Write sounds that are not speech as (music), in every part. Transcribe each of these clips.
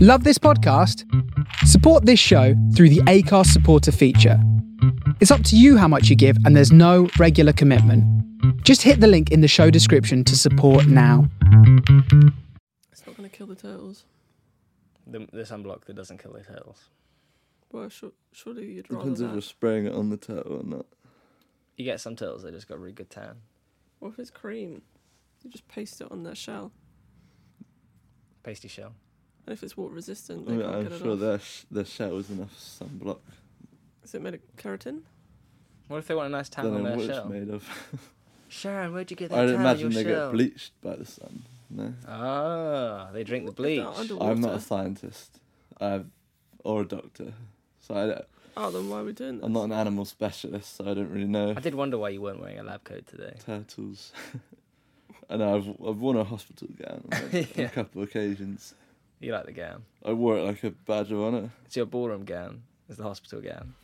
Love this podcast? Support this show through the ACARS supporter feature. It's up to you how much you give, and there's no regular commitment. Just hit the link in the show description to support now. It's not going to kill the turtles. The, the sunblock that doesn't kill the turtles. Well, su- surely you'd rather Depends if you're that. spraying it on the turtle or not. You get some turtles that just got a really good tan. What if it's cream? You just paste it on their shell. Pasty shell. And if it's water resistant, I they mean, can't get Oh, I'm it sure off. their sh- their shell is enough sunblock. Is it made of keratin? What if they want a nice tan Don't on know their what shell? it's made of. Sharon, where'd you get that (laughs) I'd tan on your imagine they shell? get bleached by the sun. No, Ah, they drink the What if bleach. they're underwater? I'm not a scientist. I've or a doctor, so I don't- Oh, then why are we doing this? I'm not an animal specialist. So I don't really know I did wonder why you weren't wearing a lab coat today. turtles. (laughs) I know I've I've worn a hospital gown on (laughs) a- on Yeah. a couple of occasions. You like the gown. I wore it like a badge of honour. It's your ballroom gown. It's the hospital gown.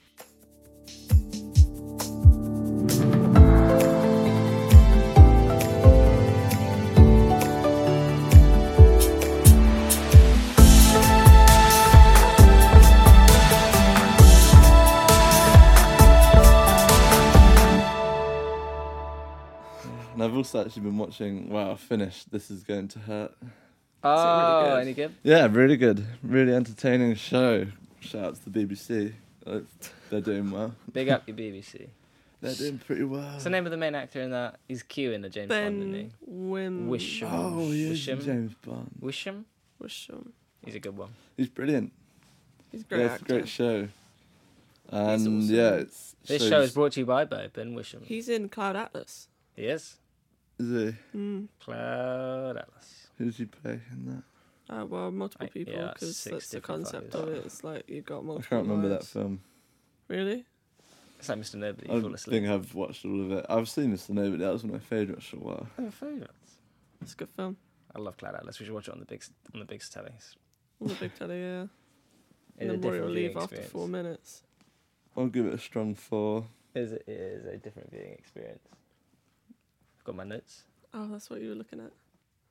And I've also actually been watching. Wow, I finished. This is going to hurt. Oh, good? any good? Yeah, really good, really entertaining show. Shout out to the BBC. Uh, They're doing well. Big up your BBC. They're doing pretty well. What's the name of the main actor in that? He's Q in the James Bond, isn't Ben he? Wim. Ah. Wisham. Oh, he is Wisham. James Bond. Wisham? Wisham. He's a good one. He's brilliant. He's a Great great yeah, it's a actor. great show. And awesome. yeah, it's This shows- show is brought to you by, by Ben Wisham. He He's in Cloud Atlas. is. is he? Mm. Cloud Atlas. Who does he play in that? Uh, well, multiple I- people yeah, that's because six that's the different concept values. of it. It's like you've got I multiple. can't remember that lives. film. Really? It's like Mr. Nobody. I You fall don't asleep. think I've watched all of it. I've seen Mr. Nobody. That was one of my favourites for a while. Oh, favourites. It's a good film. I love Cloud Atlas. We should watch it on the big s- on the big telly. It's On the (laughs) big telly, yeah. a And then Rory will different viewing leave after experience. four minutes. I'll give it a strong four. It is, it is a different viewing experience. I've got my notes. Oh, that's what you were looking at.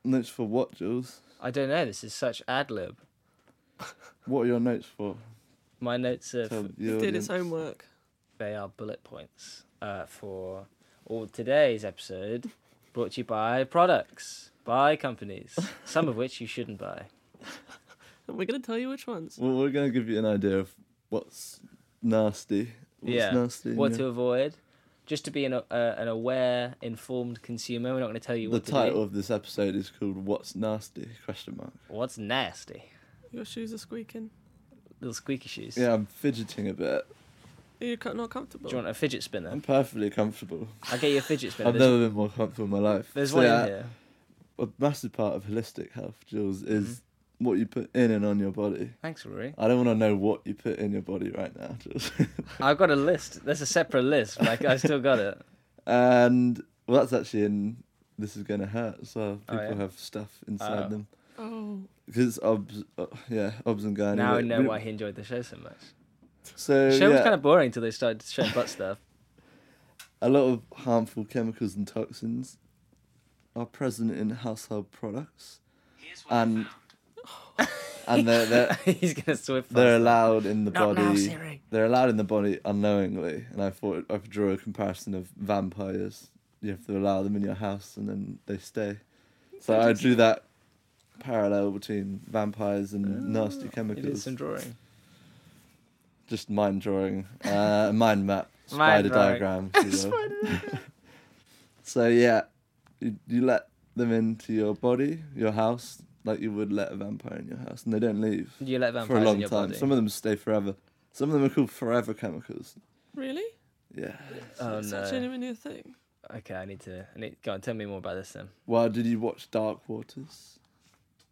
Notes for what, Jules? I don't know. This is such ad lib. What are your notes for? My notes are Tell f- the He did his audience. homework. they are bullet points uh, for all today's episode, brought to you by products by companies, some of which you shouldn't buy. And we're going to tell you which ones. Well, we're going to give you an idea of what's nasty. What's Yeah. nasty? in What your- to avoid. Just to be an, uh, an aware, informed consumer, we're not going to tell you the what to title do. of this episode is called "What's Nasty?" Question mark. What's nasty? Your shoes are squeaking. Little squeaky shoes. Yeah, I'm fidgeting a bit. Are you co- not comfortable? Do you want a fidget spinner? I'm perfectly comfortable. I'll get you a fidget spinner. I've There's, never been more comfortable in my life. there's So one yeah, in here. A massive part of holistic health, Jules, is Mm-hmm. what you put in and on your body. Thanks, (laughs) Rory. I don't want to know what you put in your body right now, Jules. (laughs) I've got a list. There's a separate list. Like I still got it. and well, that's actually in. This is gonna hurt as well. Oh, People yeah? have stuff inside Oh. them Oh, because obs, uh, yeah, obs (laughs) and gynae. now I but know we- why he enjoyed the show so much. So The show was yeah, kind of boring until they started showing butt stuff. (laughs) a lot of harmful chemicals and toxins are present in household products, and and (laughs) they're they're, He's gonna swift. they're past allowed in the Not body. now, Oh, Siri. They're allowed in the body unknowingly, and I thought I could draw a comparison of vampires. You have to allow them in your house, and then they stay. So I drew that parallel between vampires and nasty it. You did chemicals. some drawing. Just mind drawing, uh, mind map, (laughs) Mind spider drawing. diagram. (laughs) if you will. (laughs) So yeah, you, you let them into your body, your house, like you would let a vampire in your house, and they don't leave You let for vampires a in long your time. body. Some of them stay forever. Some of them are called forever chemicals. really? Yeah. oh Is that no. genuinely a thing? Okay, I need to. I need. Go on, tell me more about this then. Well, did you watch Dark Waters?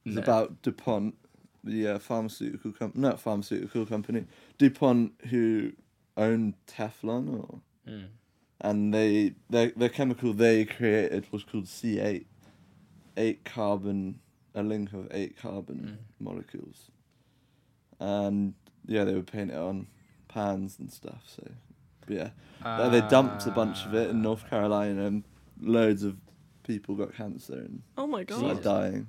It's No. about DuPont, the uh, pharmaceutical company, not pharmaceutical company, DuPont who owned Teflon, or Mm. and they their their chemical they created was called C eight, eight carbon, a link of eight carbon molecules, and yeah, they would paint it on pans and stuff. So, but yeah, Like, they dumped a bunch of it Ah. Uh, in North Carolina, and loads of people got cancer and Oh my Jesus. god. started dying.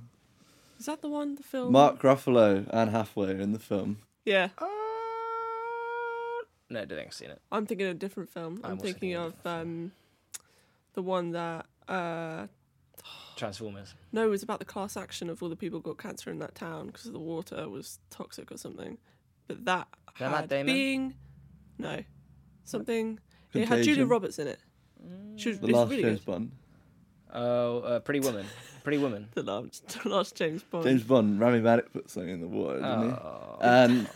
Is that the one? The film? Mark Ruffalo and Halfway in the film. Yeah, No, uh, I don't think I've seen it. I'm thinking of a different film. I'm I'm, also thinking thinking of a of um, the one that uh, Transformers. no, it was about the class action of all the people who got cancer in that town because the water was toxic or something. But that That Matt had Damon? being no something. It had Julia Contagion. Roberts in it. She was, The it's last really James good. Bond. Hmm. Oh, uh, Pretty Woman. Pretty Woman. The last, (laughs) the last James Bond. James Bond, Rami Malek put something in the water, didn't Oh. he? Um,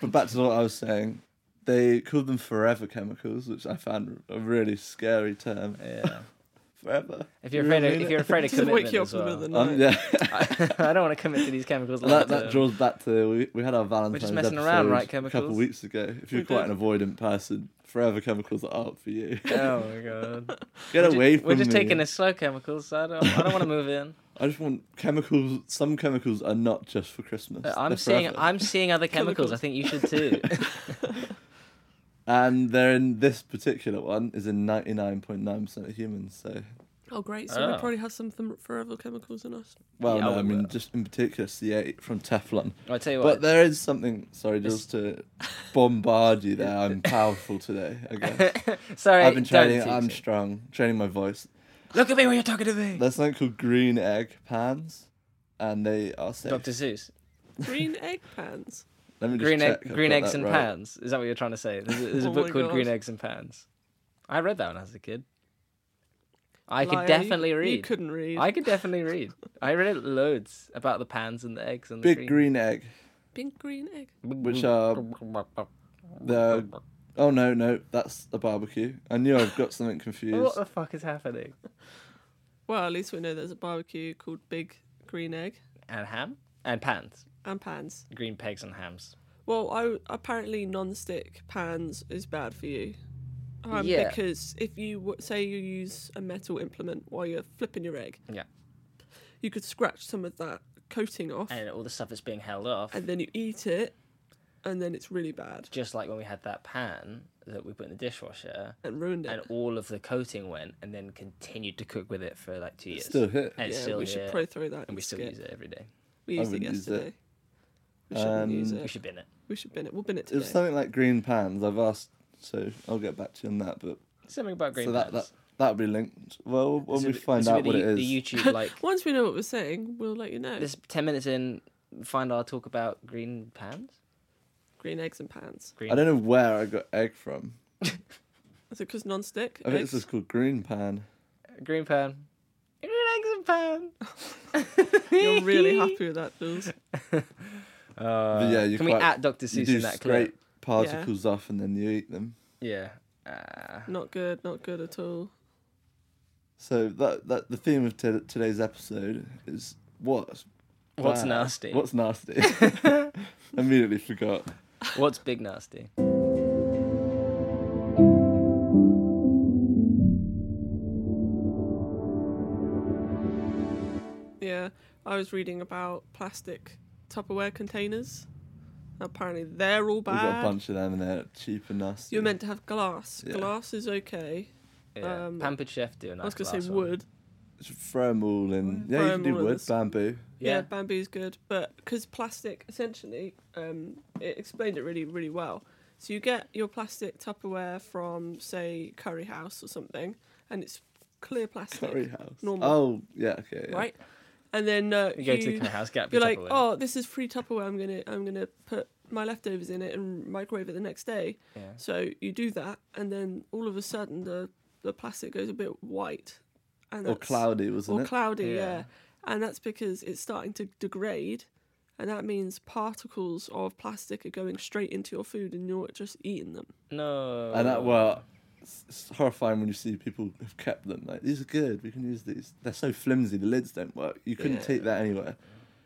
but back to what I was saying, they called them forever chemicals, which I found a really scary term. Yeah. Forever. If you're afraid, of, if (laughs) you're afraid of Doesn't commitment wake you up as in the well. middle of the Um, night. yeah, (laughs) I don't want to commit to these chemicals. that, long-term. that draws back to we, we had our Valentine's messing around, episode right, a couple chemicals? of weeks ago. If you're We quite did. an avoidant person, forever chemicals aren't (laughs) for you. (laughs) Oh my god. (laughs) Get We're ju- away from We're just me. taking a slow chemicals. I don't. I don't want to move in. (laughs) I just want chemicals. Some chemicals are not just for Christmas. Uh, I'm They're seeing. forever. I'm seeing (laughs) other chemicals. I Chemicals. think you should too. (laughs) and they're in this particular one is in 99.9% of humans. So, Oh great! So Oh. we probably have some th- forever chemicals in us. well, Yeah, uh, no, we I mean will. just in particular C8 from Teflon. I tell you But what. there is something. Sorry, just to bombard you (laughs) there. I'm powerful today. I guess. Sorry. I've been don't training. teach I'm it. strong. Training my voice. Look at me when you're talking to me. There's something called green egg pans, and they are safe. (laughs) Dr. Seuss. (laughs) Green egg pans. Let me just Green egg, check I've green got eggs that and right. pans. Is that what you're trying to say? There's a, there's (laughs) a Oh book my called Green God. Eggs and Pans. I read that when I was a kid. I Liar, could you- definitely read. You couldn't read. I could definitely read. I read it loads about the pans and the eggs and the Big green egg. Pink green egg. which are the oh no no that's a barbecue. I knew I've got something confused. What the fuck is happening? Well, at least we know there's a barbecue called Big Green Egg And ham and pans, and pans. green pegs and hams. Well, I apparently non-stick pans is bad for you. Um, Yeah. Because if you w- say you use a metal implement while you're flipping your egg, Yeah, you could scratch some of that coating off, and, and all the stuff that's being held off. then you eat it, and then it's really bad Just like when we had that pan that we put in the dishwasher, and ruined it. and all of the coating went, and then continued to cook with it for like two years. Still hit. and it's yeah, still we should here, probably throw that. and we in still skip. use it every day. We I used it wouldn't use it. yesterday. We shouldn't use Um, it. We should bin it. We should bin it. We'll bin it It was today. something like green pans. I've asked, so I'll get back to you on that. But Something about green so that pans. that that'll be linked. Well, when This will we be- find this will out be what the, it is. the YouTube (laughs) like Once we know what we're saying, we'll let you know. this ten minutes in. Find our talk about green pans. Green eggs and pans. Green I don't know where I got egg from. Is it because non-stick? I think eggs? this is called green pan. Green pan. Green eggs and pan. (laughs) You're really (laughs) happy with that, Jules. Uh, but yeah, you Can we quite, at Dr. you Seuss do in that clip? scrape particles off and then you eat them. Yeah. Uh, Not good. Not good at all. So that that the theme of t- today's episode is what's what's bad? nasty? What's... What's (laughs) nasty? (laughs) Immediately forgot. big nasty? Yeah, I was reading about plastic Tupperware containers. Apparently, they're all We've got a bad. bunch of them and they're cheap and nasty. You're meant to have glass. Yeah. Glass is okay. Yeah. Um, Pampered chef do a nice I was gonna glass say one. wood. Just throw them all in. Yeah, Throw you can 'em do all in wood, this- (laughs) bamboo. Yeah, Yeah. bamboo's good, but because plastic, essentially, um, it explained it really, really well. So you get your plastic Tupperware from, say, Curry House or something, and it's clear plastic, Curry house. Normal. Oh, yeah, okay. Yeah. right? And then uh, You go to the kind of house gap. You're your like, Tupperware. oh, this is free Tupperware. I'm gonna, I'm gonna put my leftovers in it and microwave it the next day. Yeah. So you do that, and then all of a sudden the the plastic goes a bit white, and Or that's, cloudy, wasn't or it? cloudy, Yeah. yeah. and that's because it's starting to degrade, and that means particles of plastic are going straight into your food, and you're just eating them. No. and that, well, it's, it's horrifying when you see people have kept them. Like, these are good, we can use these. They're so flimsy, the lids don't work. You couldn't Yeah. take that anywhere.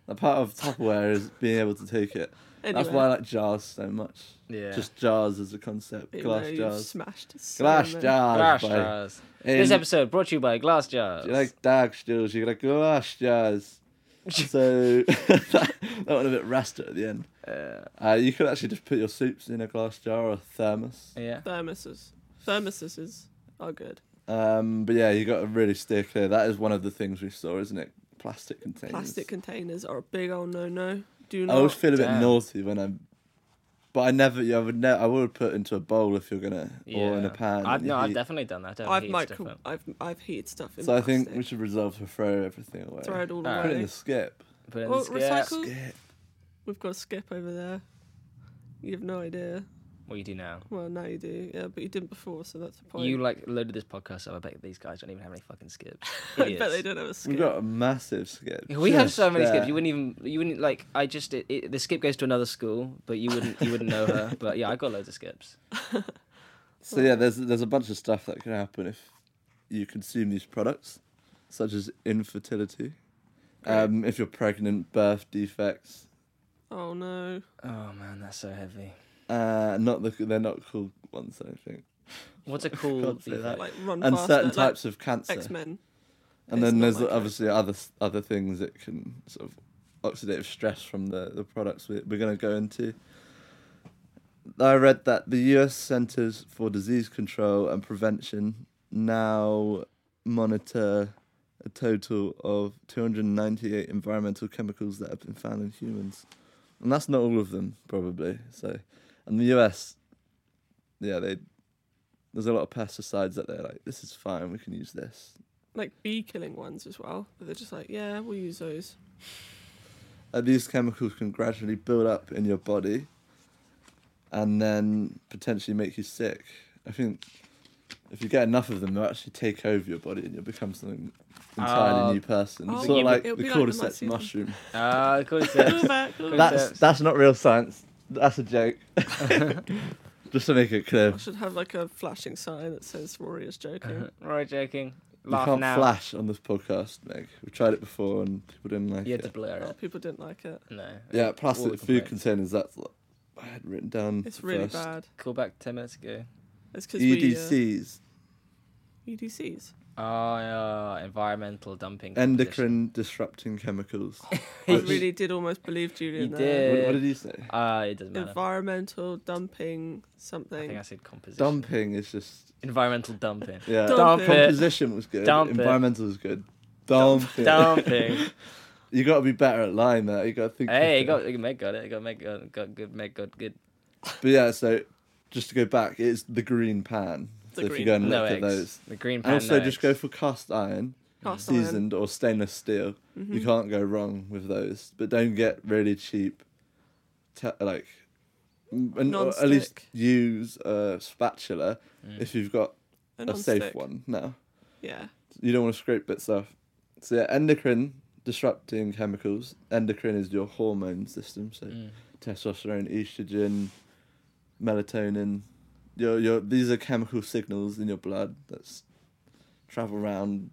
The part of Tupperware is being able to take (laughs) it. Anyway, That's why I like jars so much. Yeah. Just jars as a concept. you glass know, you've jars. smashed so Glass many. jars. glass boy. jars. In- This episode brought to you by glass jars. You like dark stills, you like glass (laughs) jars. So (laughs) that, that one a bit rusted at the end. Uh, Uh, you could actually just put your soups in a glass jar or a thermos. yeah. Thermoses, thermoses are good. Um, but yeah, you got to really steer clear. That is one of the things we saw, isn't it? Oh, plastic containers. Plastic containers are a big old no no. Do I not. always feel a bit Damn. naughty when I'm, but I never. Yeah, I would never. I would put into a bowl if you're gonna, or in a pan. I've, in no, the I've heat. definitely done that. I don't I've heat micro- stuff up. I've I've heated stuff in So I plastic. think we should resolve to throw everything away. throw it all Alright. Put it in away. the skip. Put it in Well, the oh, skip. recycle- Skip. We've got a skip over there. You have no idea. What do you do now? Well, now you do. Yeah, but you didn't before, so that's the point. You like loaded this podcast up. I bet these guys don't even have any fucking skips. (laughs) I bet they Idiots. don't have a skip. We've got a massive skip. We have so Just uh, many there. skips. You wouldn't even. You wouldn't like. I just. It, it, the skip goes to another school, but you wouldn't. You wouldn't (laughs) know her. But yeah, I got loads of skips. So yeah, there's there's a bunch of stuff that can happen if you consume these products, such as infertility, um, if you're pregnant, birth defects. Oh no. Oh man, that's so heavy. Uh, not the they're not called ones. I think What's a cool Can't say defect? that. Like run Uh, and faster. certain types of cancer. like X Men. and it's then not there's like that. obviously other s- other things that can sort of oxidative stress from the the products we, we're going to go into. I read that the U.S. Centers for Disease Control and Prevention now monitor a total of 298 environmental chemicals that have been found in humans, and that's not all of them probably. So, and the U.S. Yeah, they there's a lot of pesticides that they're like, this is fine, we can use this. Like bee killing ones as well. But they're just like, yeah, we'll use those. uh, these chemicals can gradually build up in your body and then potentially make you sick. I think if you get enough of them, they'll actually take over your body and you'll become something entirely Ah. new person. Oh, sort you- of like the it'll be like the cordyceps Nazis. mushroom. Ah, cool Go defects. back. go back. (laughs) That's that's not real science. That's a joke. (laughs) Just to make it clear, I should have like a flashing sign that says Rory is joking. (laughs) (laughs) Uh-huh. Right, joking. you Laugh can't now. flash on this podcast, Meg. We tried it before and people didn't like You had to it. blur Oh, it. people didn't like it. No. Yeah, All plastic the food complaints. containers. That's what I had written down. It's really first. E bad. Call back ten minutes ago. It's because we uh, E EDCs, (laughs) EDCs. Oh, yeah, environmental dumping. competition. endocrine (laughs) disrupting chemicals. I Which- really did almost believe Julian You there. What, Yeah. what did you say? Ah, it doesn't matter. Environmental dumping I something. think I said composition. Dumping is just Environmental dumping. yeah. Dump Dump it. it. Composition was good. Dump it. Environmental was good. Dump. it. dumping. (laughs) You got to be better at line there. You got to think. Hey, you quicker. got Meg got it. Got Meg got, got good. Meg got good. But yeah, so just to go back, it's the green pan. The so if green you go and No look eggs. at those, The green pan. and also no just go eggs. for cast iron, Cast iron. seasoned or stainless steel. Mm-hmm. You can't go wrong with those. But don't get really cheap. Te- like, m- and, or at least Non-stick. use a spatula if you've got A a safe non-stick. one now. Yeah. you don't want to scrape bits off. So yeah, endocrine disrupting chemicals. Endocrine is your hormone system, so Mm. testosterone, estrogen, melatonin. Your your these are chemical signals in your blood that's travel around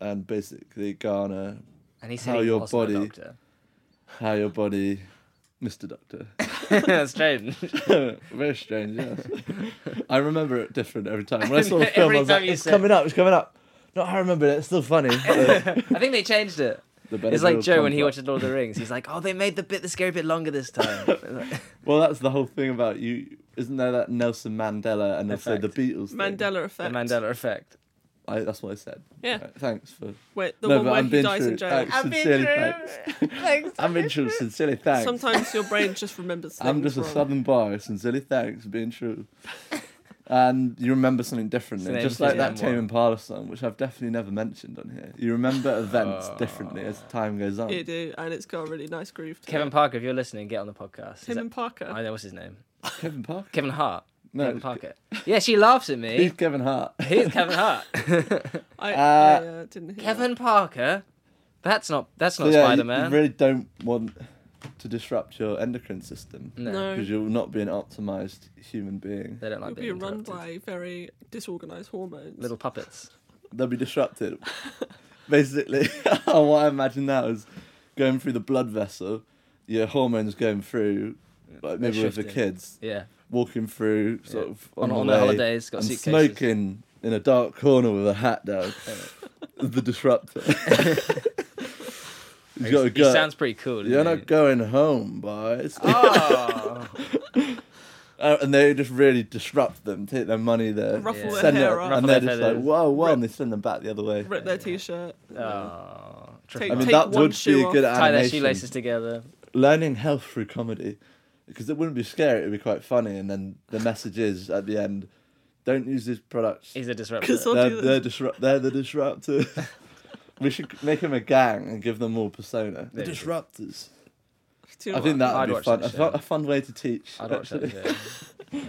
and basically garner And he said how he your wasn't a body- doctor. (laughs) how your body Mr. Doctor. (laughs) That's strange. Very strange, yes. I remember it different every time. When (laughs) I saw the film, Every I was like, time you it's said- coming up, it's coming up. Not how I remember it, it's still (laughs) funny. I think they changed (laughs) it. It's like Joe when he watches Lord of the Rings. He's like, "Oh, they made the bit, the scary bit, longer this (laughs) time." Well, that's the whole thing about you. Isn't there that Nelson Mandela and also the Effect. Beatles? Thing? Mandela the effect. Mandela effect. I, that's what I said. Yeah. Right, thanks for. Wait, the No, one but where I'm he being dies in true. jail. Thanks. Sincerely, thanks. I'm interested. Sincerely, thanks. Sometimes your brain just remembers things. I'm just a wrong. southern boy. Sincerely, thanks for being true. and you remember something differently, Same just like that thing. Tame Impala song, which I've definitely never mentioned on here. You remember events differently as time goes on. You do, and it's got a really nice groove. To Um, Kevin it. Parker, if you're listening, get on the podcast. Is Tim that- and Parker. I know what's his name. Kevin Parker. Kevin Hart. No, Kevin it's- Parker. Yeah, she laughs at He's (laughs) me. Kevin Hart. He's Kevin (laughs) Hart. I, Uh, I uh, didn't hear. Kevin Parker. That's not. That's So not yeah, you- Spider Man. You really don't want to disrupt your endocrine system. that. No, because you'll not be an optimized human being. They don't like you'll be being run interrupted. by very disorganized hormones. little puppets. They'll be disrupted. Basically, (laughs) what I imagine now is going through the blood vessel, your hormones going through, like They're maybe with the shifted. kids, Yeah. walking through sort Yeah. of On- on, on the their way, holidays, got and suitcases. smoking in a dark corner with a hat down. (laughs) the disruptor. He's got a He gut. sounds pretty cool. You're doesn't not going home, boys. he? Oh. Uh, and they just really disrupt them, take their money, their Ruffle Yeah. their send hair it, up, Ruffle and they're their just like, feathers. Uh, whoa, whoa, and they send them back the other way. rip their t-shirt. (laughs) (laughs) Oh, Take, I mean, take that one would be shoe a off. good Tie their animation. shoelaces together. Learning health through comedy, because it wouldn't be scary. It would be quite funny, and then the message is at the end: don't use these products. Is a disruptor. 'Cause I'll They're, do they're, this. disrupt- they're the disruptor. (laughs) we should make them a gang and give them all persona. The There you go. disruptors. Do you I know think what? that I'd would be watch fun. that A, fu- show. a fun way to teach. I'd watch that. actually. (laughs) Show.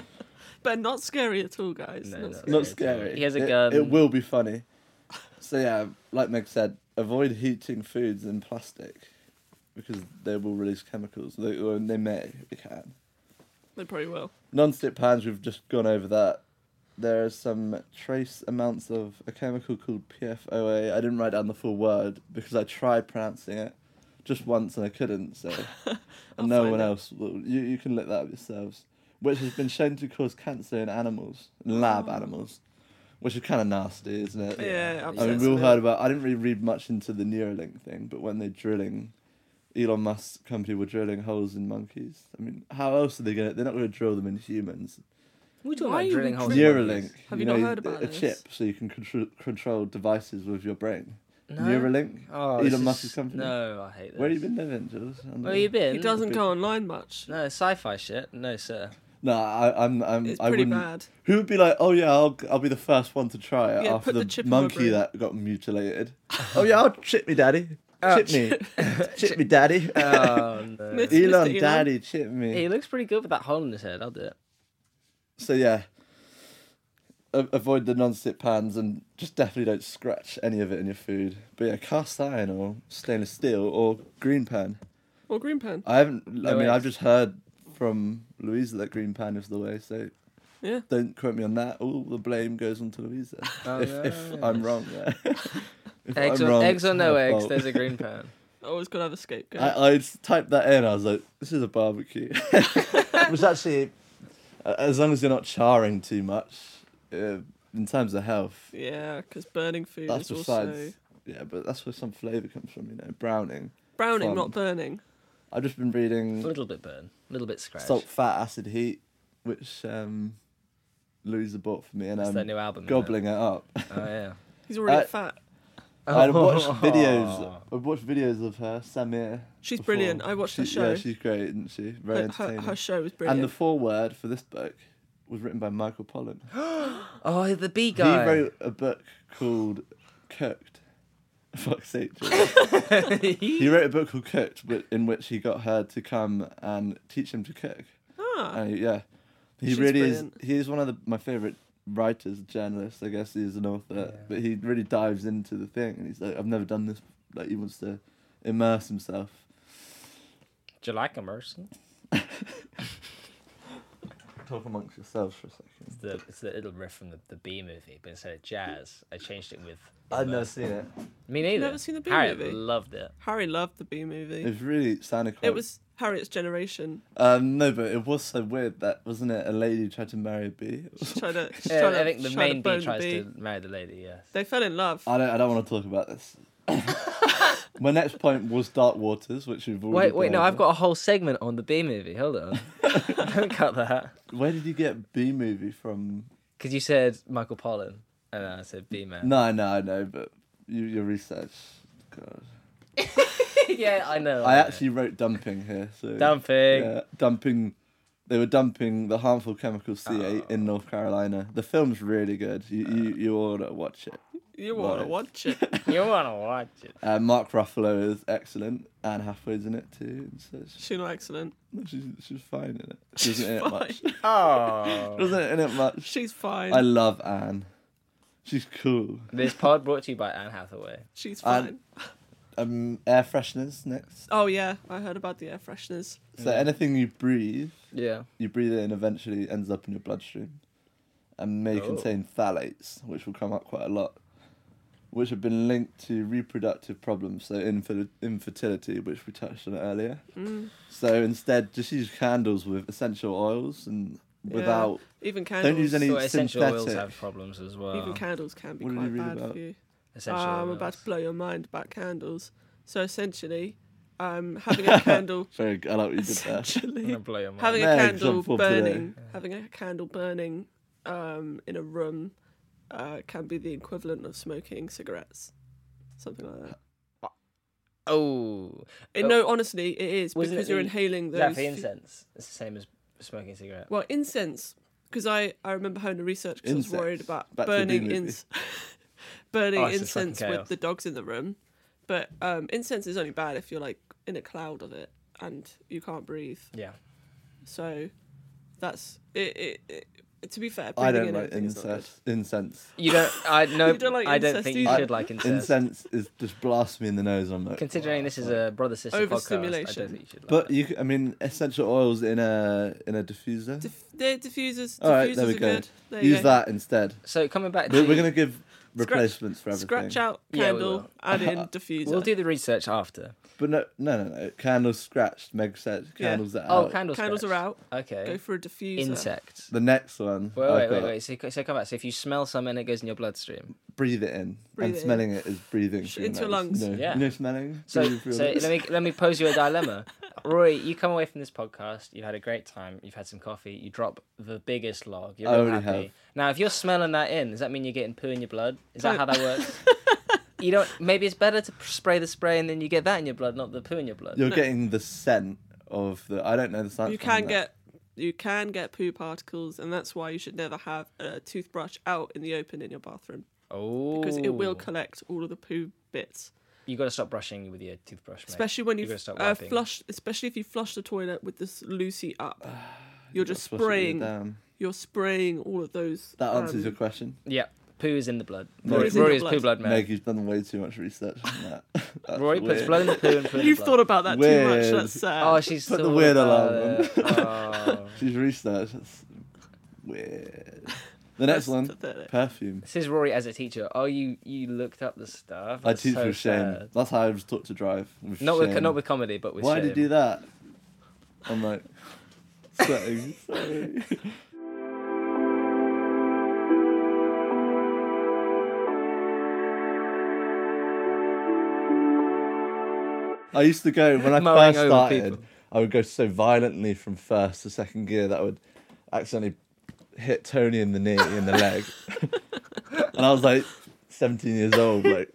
But not scary at all, guys. No, Not no. scary. Not scary. He has a It- gun. It, will be funny. So yeah, like Meg said, avoid heating foods in plastic because they will release chemicals. They, or they may, if we can. They probably will. Non-stick pans, we've just gone over that. There are some trace amounts of a chemical called PFOA. I didn't write down the full word because I tried pronouncing it just once and I couldn't, so (laughs) I'll and no find one out. else will. You, you can look that up yourselves. Which has been shown to cause cancer in animals, lab Oh. animals, which is kind of nasty, isn't it? Yeah, I mean, upsets we all me. heard about. I didn't really read much into the Neuralink thing, but when they're drilling, Elon Musk's company were drilling holes in monkeys. I mean, how else are they gonna? They're not gonna drill them in humans. We're talking Why about are you drilling holes. in Neuralink. bodies. Have you not know, heard about a this? chip so you can control, control devices with your brain? No. Neuralink. Oh, Elon this is- Musk's company. No, I hate this. Where have you been living, Jules? I'm- Where you been? He doesn't big- go online much. No, sci-fi shit. No, sir. (laughs) No, I, I'm. I'm It's I pretty wouldn't- bad. Who would be like, oh yeah, I'll I'll be the first one to try it Yeah, after put the, the chip in my monkey brain. that got mutilated? (laughs) oh yeah, I'll chip (laughs) me, daddy. Oh, Chip me, (laughs) chip me, daddy. (laughs) Oh, no. Mr. Elon, Elon. daddy, chip me. he looks pretty good with that hole in his head. I'll do it. So yeah, a- avoid the non-stick pans and just definitely don't scratch any of it in your food. But yeah, cast iron or stainless steel or green pan. Or green pen. I haven't. I No mean, I've eggs. just heard from Louisa that green pan is the way. So Yeah. don't quote me on that. All the blame goes on (laughs) to Louisa. Oh, if, if I'm yes. wrong there. If Eggs, I'm or, wrong, eggs or it's no my eggs? fault. There's a (laughs) green pan. Always gotta have a scapegoat. I, I s- typed that in. I was like, this is a barbecue. (laughs) Which actually, a- as long as you're not charring too much, uh, in terms of health, yeah, because burning food that's is besides. also Yeah, but that's where some flavour comes from, you know, browning. browning, fun. not burning. I've just been A reading little bit burn. A little bit scratch. Salt, Fat, Acid, Heat, which um, Louisa bought for me, and That's their I'm new album. isn't it? gobbling it up. (laughs) Oh yeah. He's already Uh, fat. I watched videos. Oh. I watched videos of her, Samir. She's before. brilliant. I watched her She- show. Yeah, she's great, isn't she? Very Her, her, entertaining. her show was and brilliant. the foreword for this book was written by Michael Pollan. Oh, the bee He guy. wrote a book called Cooked. (laughs) Fuck's sake, George. (laughs) he wrote a book called Cooked, whi- in which he got her to come and teach him to cook. ah, And he- yeah, he She's really brilliant. is. He is one of the, my favorite writers, journalists. I guess he's an author, Yeah. but he really dives into the thing, and he's like, I've never done this. Like he wants to immerse himself. Do you like immersion? Talk amongst yourselves for a second. It's the it's the little riff from the, the B movie, but instead of jazz, I changed it with. I've never immersion. seen it. Me neither. Never seen the Bee Harriet Movie? loved it. Harry loved the B movie. It's really sounded quite. it was Harriet's (laughs) generation. Um, no, but it was so weird that wasn't it? A lady tried to marry a bee. She's trying to, she's Yeah, trying I to- think the she's trying main to bone bee the tries bee. to marry the lady. Yes. They fell in love. I don't. I don't want to talk (laughs) about this. My next point was Dark Waters, which we've already. Wait, wait, gone no, I've over. got a whole segment on the B movie. (laughs) Hold on. (laughs) Don't cut that. Where did you get B movie from? Because you said Michael Pollan, and I said B man. No, no, I know, but you, your research. God. (laughs) yeah, I know. I know. (laughs) actually wrote dumping here. So Dumping. Yeah, dumping. They were dumping the harmful chemical C8 Oh. in North Carolina. The film's really good. You Uh. you, you ought to watch it. you wanna Right. watch it? (laughs) (laughs) You want to watch it. Uh, Mark Ruffalo is excellent. Anne Hathaway's in it too. And so she- She's not excellent. she's, she's fine (laughs) in it. She wasn't in it much. Fine. Oh. Wasn't in it much. She's fine. I love Anne. She's cool. (laughs) this pod brought to you by Anne Hathaway. She's And- fine. Um, air fresheners next. oh yeah, I heard about the air fresheners. So anything you breathe, Yeah. you breathe in eventually ends up in your bloodstream, and may Oh. contain phthalates, which will come up quite a lot, which have been linked to reproductive problems, so infer- infertility, which we touched on earlier. Mm. So instead, just use candles with essential oils and Yeah. without. Even candles. use any- So essential oils synthetic. have problems as well. Even candles can be What did quite you read bad about? for you. Uh, Essential I'm oils. about to blow your mind about candles. So essentially, (laughs) um, having a candle, Very, I like what you (laughs) did there. I'm gonna essentially blow your mind. having a Meg, candle jump up burning, having a candle burning um, in a room uh, can be the equivalent of smoking cigarettes, something like that. Oh, Uh, No, honestly, it is Wasn't it because you're the- inhaling those. exactly. fu- Incense. It's the same as smoking a cigarette. Well, incense, because I, I remember having a research because I was Incense. worried about Back to the burning Bee movie. ins- (laughs) burning Oh, it's just fucking incense chaos. with the dogs in the room. But um, incense is only bad if you're like in a cloud of it and you can't breathe. Yeah. So that's it. it, it to be fair, I breathing don't in like everything is not good. incense. (laughs) Incense. You don't. I no. don't like I don't incest think you either. should like incest. Incense is just blasts me in the nose. I'm like, Considering "Wow." this is a brother sister podcast, I Overstimulation. don't think you should. Like But that. you, c- I mean, essential oils in a in a diffuser. Dif- they're diffusers. All right, diffusers there we are go. good. There you Use go. that instead. so coming back to We're, we're gonna give replacements for everything. Scratch out Yeah, we candle, will. add in diffuser. (laughs) We'll do the research after. But no, no, no, no. Candles scratched. Meg said Yeah. candles are Oh, out. candles. Candles are out. Go Okay. for a diffuser. Insects. the next one. Wait, I've wait, wait, got- wait. So, so come back. So if you smell something, it goes in your bloodstream. Breathe it in. Breathe and it in. smelling it is breathing Sh- through into your nose. lungs. You know, Yeah. you know smelling. So, Breathing through so your let lungs. me let me pose you a (laughs) dilemma. Rory, you come away from this podcast. You've had a great time. You've had some coffee. You drop the biggest log. You're I real already happy. have. Now, if you're smelling that in, does that mean you're getting poo in your blood? Is that Don't- how that (laughs) works? you don't. Maybe it's better to spray the spray and then you get that in your blood, not the poo in your blood. You're getting the scent of the. I don't know the science. you behind can that. get you can get poo particles, and that's why you should never have a toothbrush out in the open in your bathroom oh, because it will collect all of the poo bits, You got to stop brushing with your toothbrush, mate. especially when You you gotta start uh, wiping. flush. Especially if you flush the toilet with this Lucy (sighs) up, you're just Flush it with it spraying. down. You're spraying all of those. That answers um, (laughs) your question. Yeah, poo is in the blood. Poo Rory, is in Rory your is blood. poo blood man. Meg, you've done way too much research on that. (laughs) That's Rory puts weird. blood in the poo and (laughs) poo in You've the thought blood. about that too much. Weird. That's uh, sad. Oh, she's Put the thought weird about alarm it. (laughs) Oh. She's researched. That's (laughs) weird. The next That's one, pathetic. perfume. This is Rory as a teacher. Oh, you you looked up the stuff. I That's teach so with shame. sad. That's how I was taught to drive. With Not shame. with not with comedy, but with Why shame. did you do that? I'm like, sweating. (laughs) sweating. I used to go when I Mowing first over started. people. I would go so violently from first to second gear that I would accidentally hit Tony in the knee in the leg, (laughs) and I was like 17 years old, like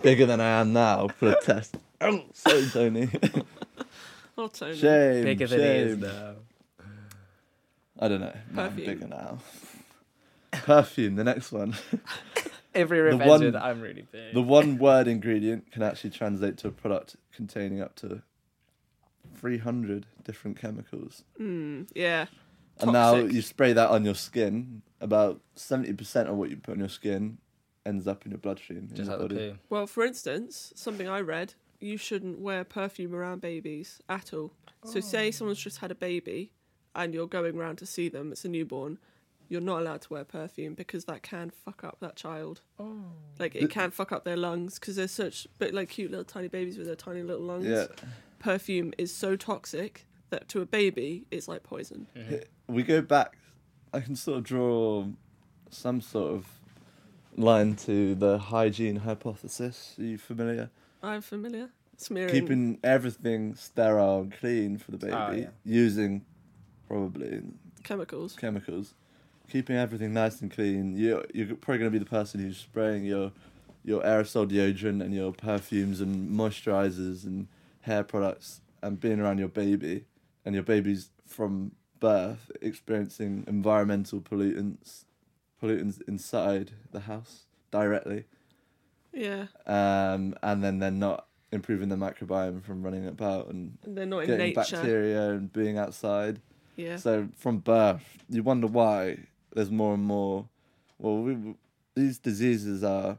bigger than I am now. Put a test. Oh, sorry, (laughs) Tony. Oh, Tony. shame. Bigger shame. than he is now. I don't know. No, I'm Perfume. bigger now. Perfume, the next one. Every rip ends one- with I'm really big. The one word ingredient can actually translate to a product containing up to 300 different chemicals. Hmm, Yeah. And now Toxic. you spray that on your skin, about 70% of what you put on your skin ends up in your bloodstream. in Just your like the body. poo. Well, for instance, something I read, you shouldn't wear perfume around babies at all. So, say someone's just had a baby and you're going round to see them, it's a newborn, you're not allowed to wear perfume because that can fuck up that child. Oh. Like, it can fuck up their lungs because they're such, but like cute little tiny babies with their tiny little lungs. Yeah. Perfume is so toxic that to a baby, it's like poison. Mm-hmm. we go back. I can sort of draw some sort of line to the hygiene hypothesis. Are you familiar? I'm familiar. Smearing. Keeping everything sterile and clean for the baby, Oh, yeah. using probably chemicals. chemicals, keeping everything nice and clean. You you're probably gonna be the person who's spraying your your aerosol deodorant and your perfumes and moisturizers and hair products and being around your baby and your baby's from birth experiencing environmental pollutants pollutants inside the house directly Yeah. um, and then they're not improving their microbiome from running about and And they're not in getting nature. bacteria and being outside Yeah. so from birth, you wonder why there's more and more. Well, we, these diseases are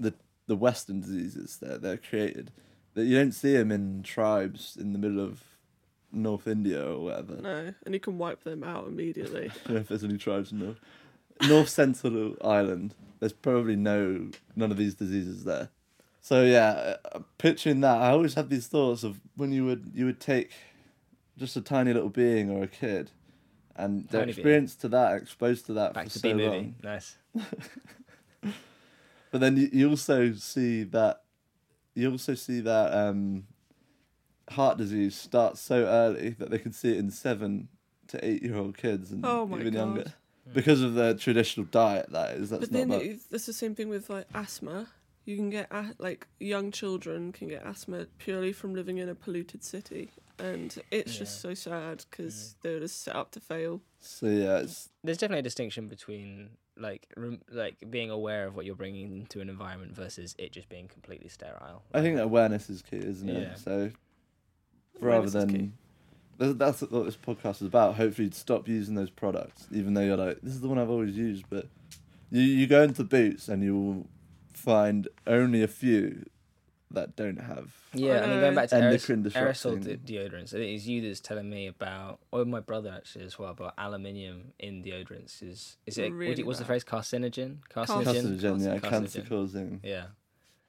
the the Western diseases that they're created. That you don't see them in tribes in the middle of North India or whatever. no. And you can wipe them out immediately. I (laughs) don't know if there's any tribes in North North Central Ireland. There's probably no none of these diseases there. So yeah, uh, picturing that, I always had these thoughts of when you would you would take just a tiny little being or a kid, and they're Tiny being. experienced to that, exposed to that Back for to so B movie. long. Nice. But then you, you also see that you also see that um, heart disease starts so early that they can see it in seven to eight year old kids and Oh my even younger God. because of their traditional diet. That is, that's But not then about it, that's the same thing with like asthma. you can get a- like young children can get asthma purely from living in a polluted city, and it's just so sad because they're just set up to fail. So yeah, it's There's definitely a distinction between like rem- like being aware of what you're bringing into an environment versus it just being completely sterile. I think awareness is key, isn't it? Yeah. So rather Awareness is key. than that's, that's what this podcast is about. Hopefully, you'd stop using those products, even though you're like, this is the one I've always used. But you you go into Boots and you will find only a few that don't have. Yeah, I mean, Uh, going back to Endocrine aerosol, aerosol de- disrupting. deodorants, I think it's you that's telling me about, or my brother actually as well, about aluminium in deodorants. Is is it? Really what's the bad. phrase? Carcinogen. Carcinogen. Carcinogen, yeah, Carcinogen. cancer causing. Yeah.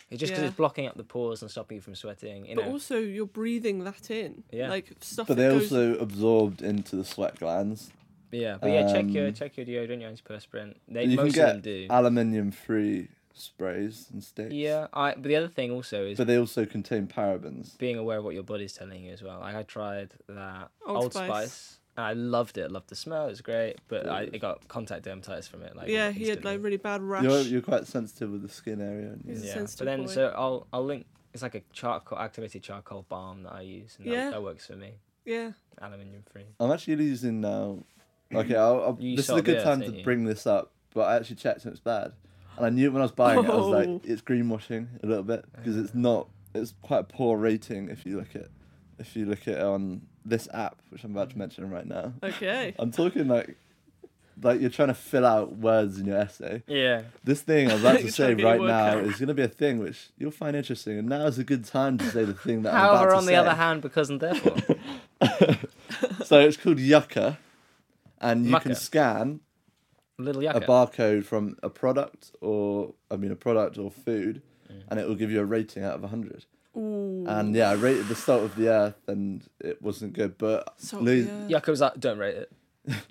It's just because Yeah. it's blocking up the pores and stopping you from sweating. You but know, also, you're breathing that in, Yeah. like stuff. But that they're goes- also absorbed into the sweat glands. yeah. But yeah, check your um, check your deodorant, your antiperspirant. They And you can most of them get do. aluminium free sprays and sticks. yeah, I. But the other thing also is But they also contain parabens. being aware of what your body's telling you as well. Like I tried that Old, Old Spice. Spice. and I loved it. Loved the smell. It was great, but I it got contact dermatitis from it. Like yeah, he had instantly. like really bad rash. You're, you're quite sensitive with the skin area. aren't you? He's a yeah. But sensitive then boy. so I'll I'll link. It's like a charcoal activated charcoal balm that I use, and that, Yeah. that works for me. yeah, Aluminium free. I'm actually (clears throat) using now. Okay, I'll, I'll, You this is saw a good this, time didn't to you? bring this up, but I actually checked and it's bad. And I knew it when I was buying it. I was Oh. like, it's greenwashing a little bit because it's not. It's quite a poor rating if you look at, if you look at on this app, which I'm about to mention right now. (laughs) okay. I'm talking like, like you're trying to fill out words in your essay. Yeah. This thing (laughs) I'm about to You're say trying to get your right word now count. is going to be a thing which you'll find interesting, and now is a good time to say the thing that I'm about However, to on the say. other hand, because and (laughs) therefore, So it's called Yucca, and you can Mucka. scan little a yucca. barcode from a product or I mean a product or food, Mm. and it will give you a rating out of hundred. Ooh, And yeah, I rated the salt of the earth, and it wasn't good. But so Lou- yeah. Yucca was like, don't rate it.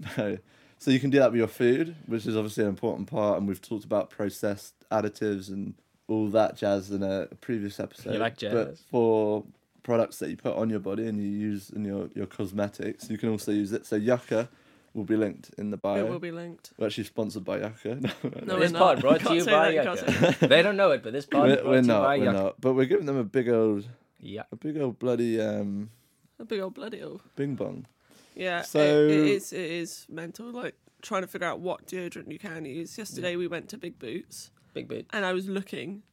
(laughs) no. so you can do that with your food, which is obviously an important part, and we've talked about processed additives and all that jazz in a previous episode. You like But jazz. for products that you put on your body and you use in your, your cosmetics, you can also use it. So Yucca will be linked in the bio. it will be linked. We're actually sponsored by Yucca. (laughs) No, we're not. No, this we're pod not. (laughs) brought to Can't you say by that, can't yucca. they don't know it, but this pod we're, brought we're to you not, by we're yucca. not. But we're giving them a big old, Yeah. a big old bloody um, A big old bloody oh. bing bong. Yeah, it- So- it is it is mental. Like trying to figure out what deodorant you can use. Yesterday we went to Big Boots Big (laughs) boot. and I was looking.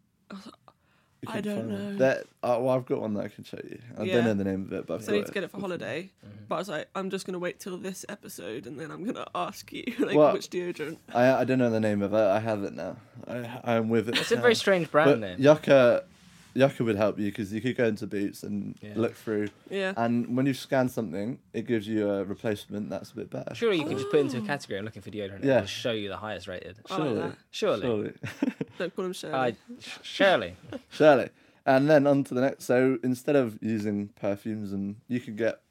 You I can don't find them. know. That oh, well, I've got one that I can show you. I Yeah. don't know the name of it, but I've So I got need to get it for (laughs) holiday. Mm-hmm. But I was like, I'm just gonna wait till this episode and then I'm gonna ask you (laughs) like Well- which deodorant. I I don't know the name of it. I have it now. I I am with it. It's a very strange brand but name. Yucca, Yucca would help you because you could go into Boots and Yeah. look through. Yeah. And when you scan something, it gives you a replacement that's a bit better. Surely you can just put into Oh. a category and looking for deodorant Yeah. and just show you the highest rated. I like surely. that. Surely. Surely. (laughs) Don't call him Shirley. Uh, I, sh- surely. Surely. And then on to the next. So instead of using perfumes, and you could get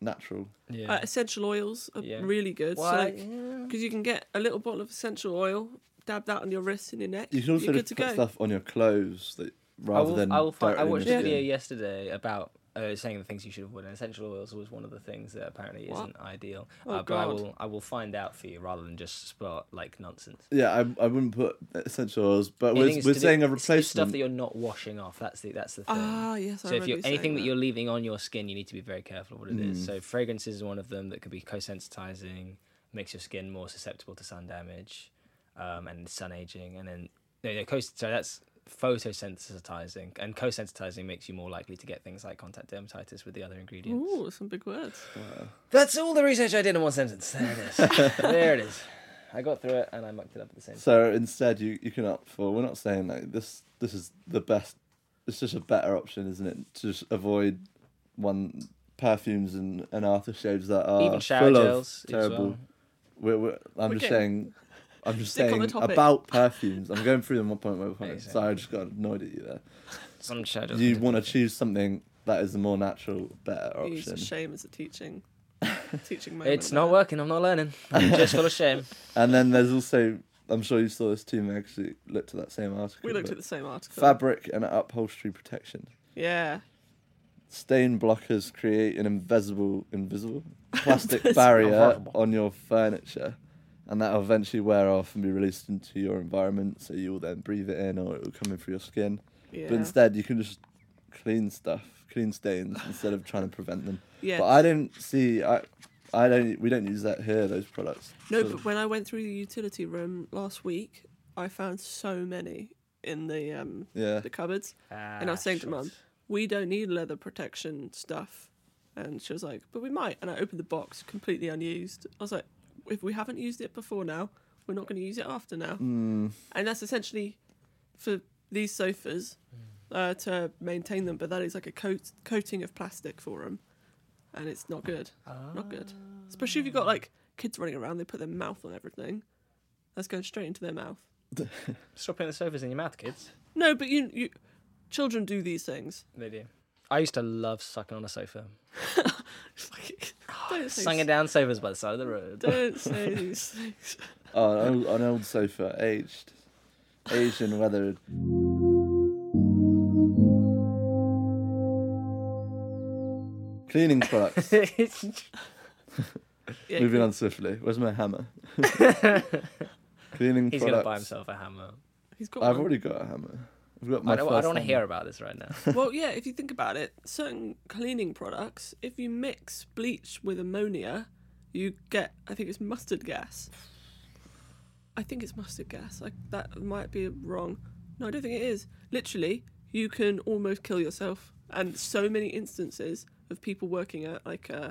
natural. Yeah. Uh, essential oils are Yeah. really good. Why- So like, because you can get a little bottle of essential oil, dab that on your wrists and your neck. You can also are good just to put go. stuff on your clothes that I rather will, than. I will find. I directly watched a in your video skin. yesterday about uh, saying the things you should avoid, and essential oils was one of the things that apparently is What? isn't ideal. Oh, uh, but I God. will. I will find out for you rather than just spot like nonsense. Yeah, I, I wouldn't put essential oils, The but thing we're, is we're to do- saying a it's- it's replacement. stuff that you're not washing off. That's the that's the thing. Ah, yes. I so if remember you you saying anything that that. you're leaving on your skin, you need to be very careful what it Mm. is. So fragrances is one of them that could be co-sensitizing, makes your skin more susceptible to sun damage, um, and sun aging, and then no, no, co- so that's photosensitizing, and co-sensitizing makes you more likely to get things like contact dermatitis with the other ingredients. Ooh, some big words. That's all the research I did in one sentence. There it (laughs) is. there it is. I got through it and I mucked it up at the same. time. So instead, you, you can opt for. We're not saying like this. This is the best. It's just a better option, isn't it? To just avoid one perfumes and and aftershaves that are Even shower uh, full of gels as terrible. well. We're, we're, I'm just Okay. saying. I'm just Stick on the saying topic. about perfumes. I'm going through them one point by point. Exactly. Sorry, I just got annoyed at you there. Some shadows. You want to choose something that is a more natural, better Use option. shame as a (laughs) teaching, teaching moment. It's not there. working. I'm not learning. I'm just full of (laughs) shame. And then there's also. I'm sure you saw this too, Meg. 'cause You looked at that same article. We looked but at the same article. fabric and upholstery protection. Yeah. Stain (laughs) blockers create an invisible, invisible plastic Invisible. barrier Horrible. on your furniture and that'll eventually wear off and be released into your environment. So you'll then breathe it in, or it'll come in through your skin. Yeah. But instead, you can just clean stuff, clean stains, instead of trying to prevent them. yeah. But I don't see. I, I don't. We don't use that here. Those products. no, So- but when I went through the utility room last week, I found so many in the um yeah. the cupboards. and I was saying to Mum, We don't need leather protection stuff. And she was like, but we might. And I opened the box completely unused. I was like, if we haven't used it before now, we're not going to use it after now. Mm, and that's essentially for these sofas Mm. uh, to maintain them. But that is like a coat coating of plastic for them, and it's not good, not good. Especially if you've got Mm. like kids running around, they put their mouth on everything. That's going straight into their mouth. Stop putting the sofas in your mouth, kids. No, but you you children do these things. (laughs) They do. I used to love sucking on a sofa. (sighs) don't say Sunging down sofas by the side of the road. don't say these (laughs) things. oh, an old, an old sofa, aged, aged and weathered. Cleaning (laughs) products. (laughs) Yeah, Moving on swiftly. Where's my hammer? (laughs) Cleaning He's products. gonna buy himself a hammer. He's got. I've one. already got a hammer. I've got my I don't, I first don't want to hammer. hear about this right now. well, yeah, if you think about it, certain cleaning products, if you mix bleach with ammonia, you get, I think it's mustard gas. I think it's mustard gas. Like that might be wrong. No, I don't think it is. Literally, you can almost kill yourself. And so many instances of people working at like uh,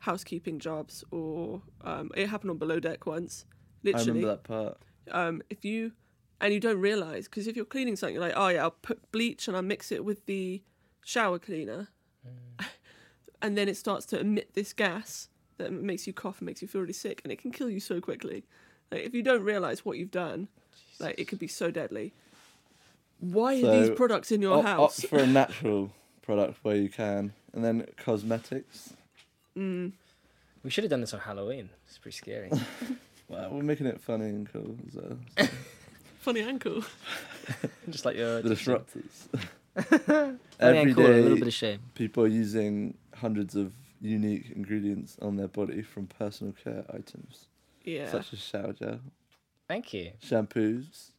housekeeping jobs, or um, it happened on Below Deck once. I Literally, remember that part. um, if you and you don't realize because if you're cleaning something you're like oh yeah i'll put bleach and i'll mix it with the shower cleaner Mm. (laughs) and then it starts to emit this gas that m- makes you cough and makes you feel really sick and it can kill you so quickly like if you don't realize what you've done like it could be so deadly why are these So, products in your Op- house Opt for a natural product where you can, and then cosmetics. Mm. We should have done this on Halloween. It's pretty (laughs) scary. Well, we're making it funny and cool. So. funny ankle Just like your The disruptors. (laughs) Funny and Every cool, a little day, bit of shame. people are using hundreds of unique ingredients on their body from personal care items, yeah such as shower gel, Thank you. shampoos.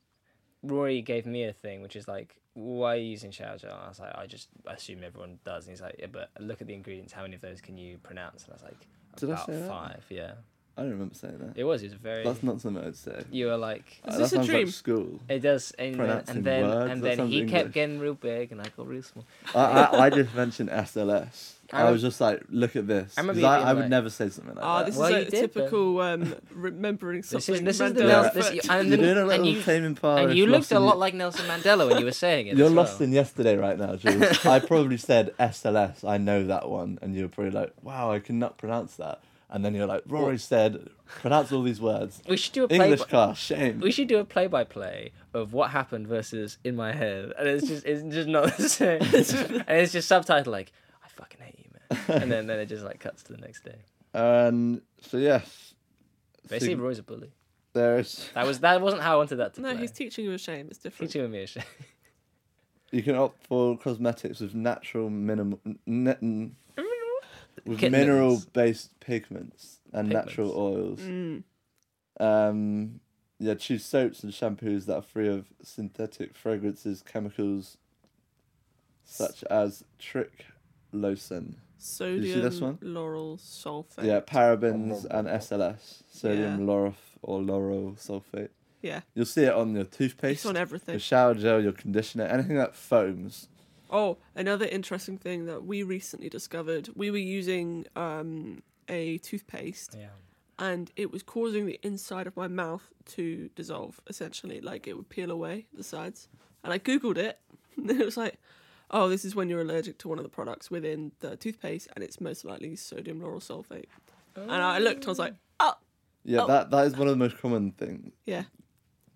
Rory gave me a thing, which is like, why are you using shower gel? And I was like, I just assume everyone does. And he's like, yeah, but look at the ingredients. How many of those can you pronounce? And I was like, Did I about say that? five. Yeah, I don't remember saying that. it was. It was very. That's not something I'd say. You were like, Is this Uh, that a sounds dream? like school. it does, and then Pronouncing and then, words, and that then sounds he kept English. getting real big, and I got real small. I, I, I just (laughs) mentioned SLS. I I rem- was just like, look at this. I remember 'Cause you I, being I would like- Oh, never say something like Ah, that. this Well, you is a did, but- typical um, remembering This something. is this is the random. Mandela Nels- this- But- and You're then- doing a and little you, claiming part. and of you looked lost a in lot ye- like Nelson Mandela when you were saying it. You're as lost well. in yesterday right (laughs) now, Jules. I probably said SLS. I know that one, and you're probably like, "Wow, I cannot pronounce that." And then you're like, "Rory said, pronounce all these words." (laughs) We should do a play. English class, shame. We should do a play-by-play of what happened versus in my head, and it's just it's just not the (laughs) same. and it's just subtitle like I fucking hate you, (laughs) man, and then then it just like cuts to the next day. And so yes, Basically, Sig- Roy's a bully. there's That was that wasn't how I wanted that to no, play. he's teaching you a shame. It's different. teaching me a shit. you can opt for cosmetics with natural minimal n- n- (laughs) with Kittens. mineral based pigments and natural Pigments. oils. Mm. Um, yeah, choose soaps and shampoos that are free of synthetic fragrances, chemicals such as triclosan. Sodium, this one? laurel sulfate. Yeah, parabens and SLS, sodium Yeah. lauryl or lauryl sulfate. Yeah. You'll see it on your It's toothpaste, on your everything. shower gel, your conditioner, anything that foams. Oh, another interesting thing that we recently discovered we were using um, a toothpaste Yeah. and it was causing the inside of my mouth to dissolve, essentially. Like it would peel away the sides. And I Googled it (laughs) and it was like, oh, this is when you're allergic to one of the products within the toothpaste and it's most likely sodium lauryl sulfate. And I looked, I was like, oh, Yeah, Oh. that that is one of the most common things. yeah,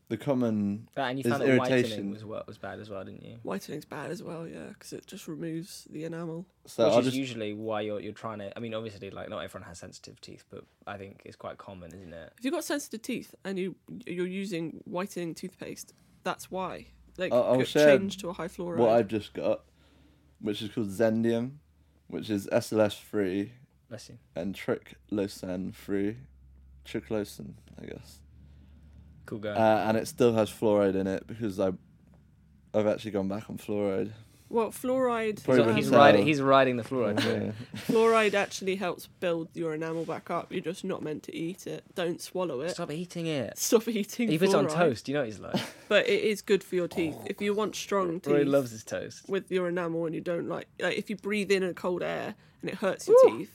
The common That, and you There's found that whitening irritation. was what was bad as well, didn't you? whitening's bad as well, yeah, because it just removes the enamel. so Which I'll is just usually why you're you're trying to. I mean, obviously, like not everyone has sensitive teeth, but I think it's quite common, isn't it? If you've got sensitive teeth and you you're using whitening toothpaste, that's why. Like I'll- I'll go- share change to a high fluoride. what I've just got, which is called Zendium, which is SLS free Bless you. and triclosan free. triclosan, I guess. Cool guy. Uh, and it still has fluoride in it because I, I've actually gone back on fluoride. Well, fluoride. Probably So wouldn't Oh, he's sell. riding. He's riding the fluoride. wave. Yeah. Fluoride actually helps build your enamel back up. You're just not meant to eat it. Don't swallow it. Stop, (laughs) Stop eating it. eating He puts it on fluoride. toast. You know what he's like. But it is good for your teeth. If you want strong teeth Roy loves his toast. with your enamel and you don't like, like if you breathe in a cold air and it hurts your teeth,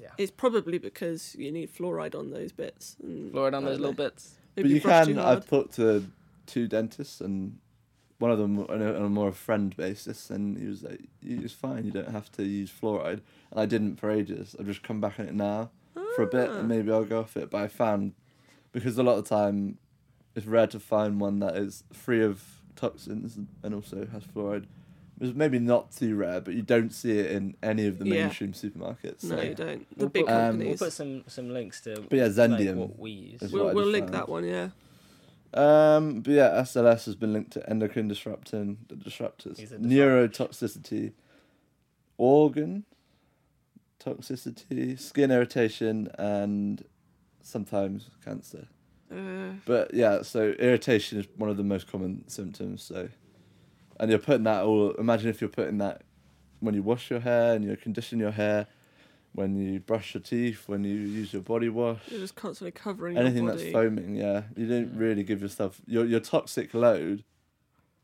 Yeah. it's probably because you need fluoride on those bits. And Fluoride on I those don't little know. bits. but Maybe you brush can. too I've hard. talked to two dentists, and one of them on a, on a more friend basis, and he was like, "You- "It's fine. You don't have to use fluoride." And I didn't for ages. I've just come back on it now for a Ah. bit, and maybe I'll go off it. But I found because a lot of time it's rare to find one that is free of toxins and also has fluoride. It's maybe not too rare, but you don't see it in any of the Yeah. mainstream supermarkets. No, so- you don't. The We'll big put, um, companies. We'll put some some links to. But yeah, like, Zendium what we use. is We'll, what I we'll just link found. that one, yeah. Um, but yeah, SLS has been linked to endocrine disruptin, the disruptors, These are neurotoxicity, organ toxicity, skin irritation, and sometimes cancer. Uh, But yeah, so irritation is one of the most common symptoms. So, and you're putting that all. Imagine if you're putting that when you wash your hair and you condition your hair, when you brush your teeth, when you use your body wash you're just constantly covering anything your that's body. foaming, yeah, you don't really give yourself your your toxic load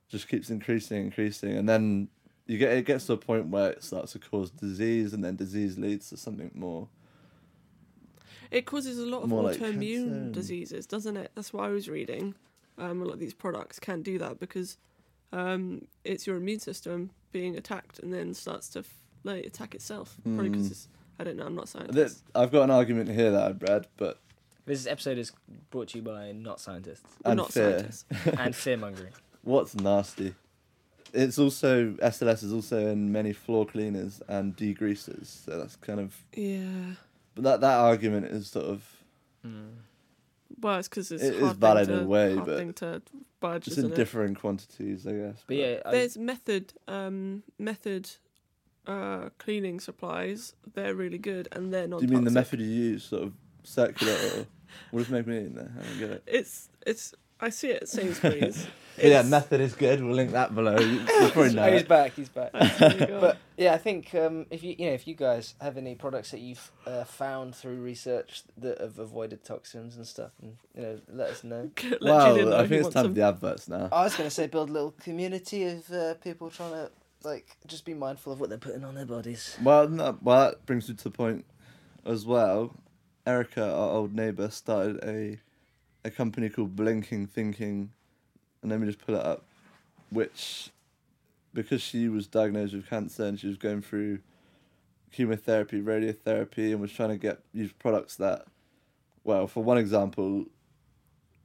just keeps increasing, increasing, and then you get it gets to a point where it starts to cause disease, and then disease leads to something more. It causes a lot of More like cancer autoimmune and- diseases, doesn't it? That's what I was reading. Um, a lot of these products can do that because um, it's your immune system being attacked and then starts to f- like attack itself. Probably 'cause Mm. it's, I don't know. I'm not a scientist. That I've got an argument here that I've read, but This episode is brought to you by not (laughs) scientists We're and not fear. scientists. and fearmongering. what's nasty? It's also SLS is also in many floor cleaners and degreasers, so that's kind of Yeah. but that that argument is sort of Hmm. Well, it's because it's It is hard thing valid in to, a way, hard but thing to budge, it's isn't in it? differing quantities, I guess. But yeah, I, There's method um, method uh, cleaning supplies. They're really good, and they're not. Do you mean the method you use, sort of circular or what does make me in there? I don't get it. It's it's. I see it at Sainsbury's. But (laughs) yeah, It's- method is good. We'll link that below. You, you (laughs) probably know. oh, he's it. back. He's back. That's really (laughs) good. But yeah, I think um, if you you know if you guys have any products that you've uh, found through research that have avoided toxins and stuff, and you know, let us know. Let Gillian Well, know I who think it's wants time them. for the adverts now. I was going to say build a little community of uh, people trying to like just be mindful of what they're putting on their bodies. Well, no, well, that brings me to the point as well. Erica, our old neighbour, started a a company called Blinking Thinking, and let me just pull it up, which because she was diagnosed with cancer and she was going through chemotherapy, radiotherapy, and was trying to get use products that, well, for one example,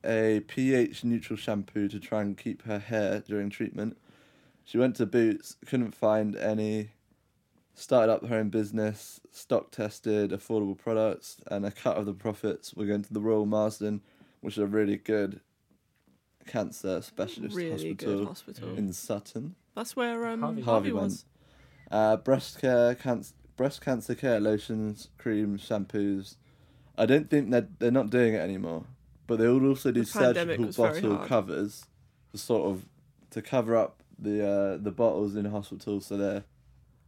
a pH neutral shampoo to try and keep her hair during treatment. She went to Boots, couldn't find any started up her own business, stock tested affordable products, and a cut of the profits were going to the Royal Marsden, which is a really good cancer specialist really hospital Mm. good hospital. in Sutton. That's where um, Harvey, Harvey- Harvey went. was. Uh, breast care, cancer, breast cancer care lotions, creams, shampoos. I don't think they're they're not doing it anymore, but they would also do The pandemic surgical was very bottle hard. covers, to sort of to cover up the uh, the bottles in hospital, so they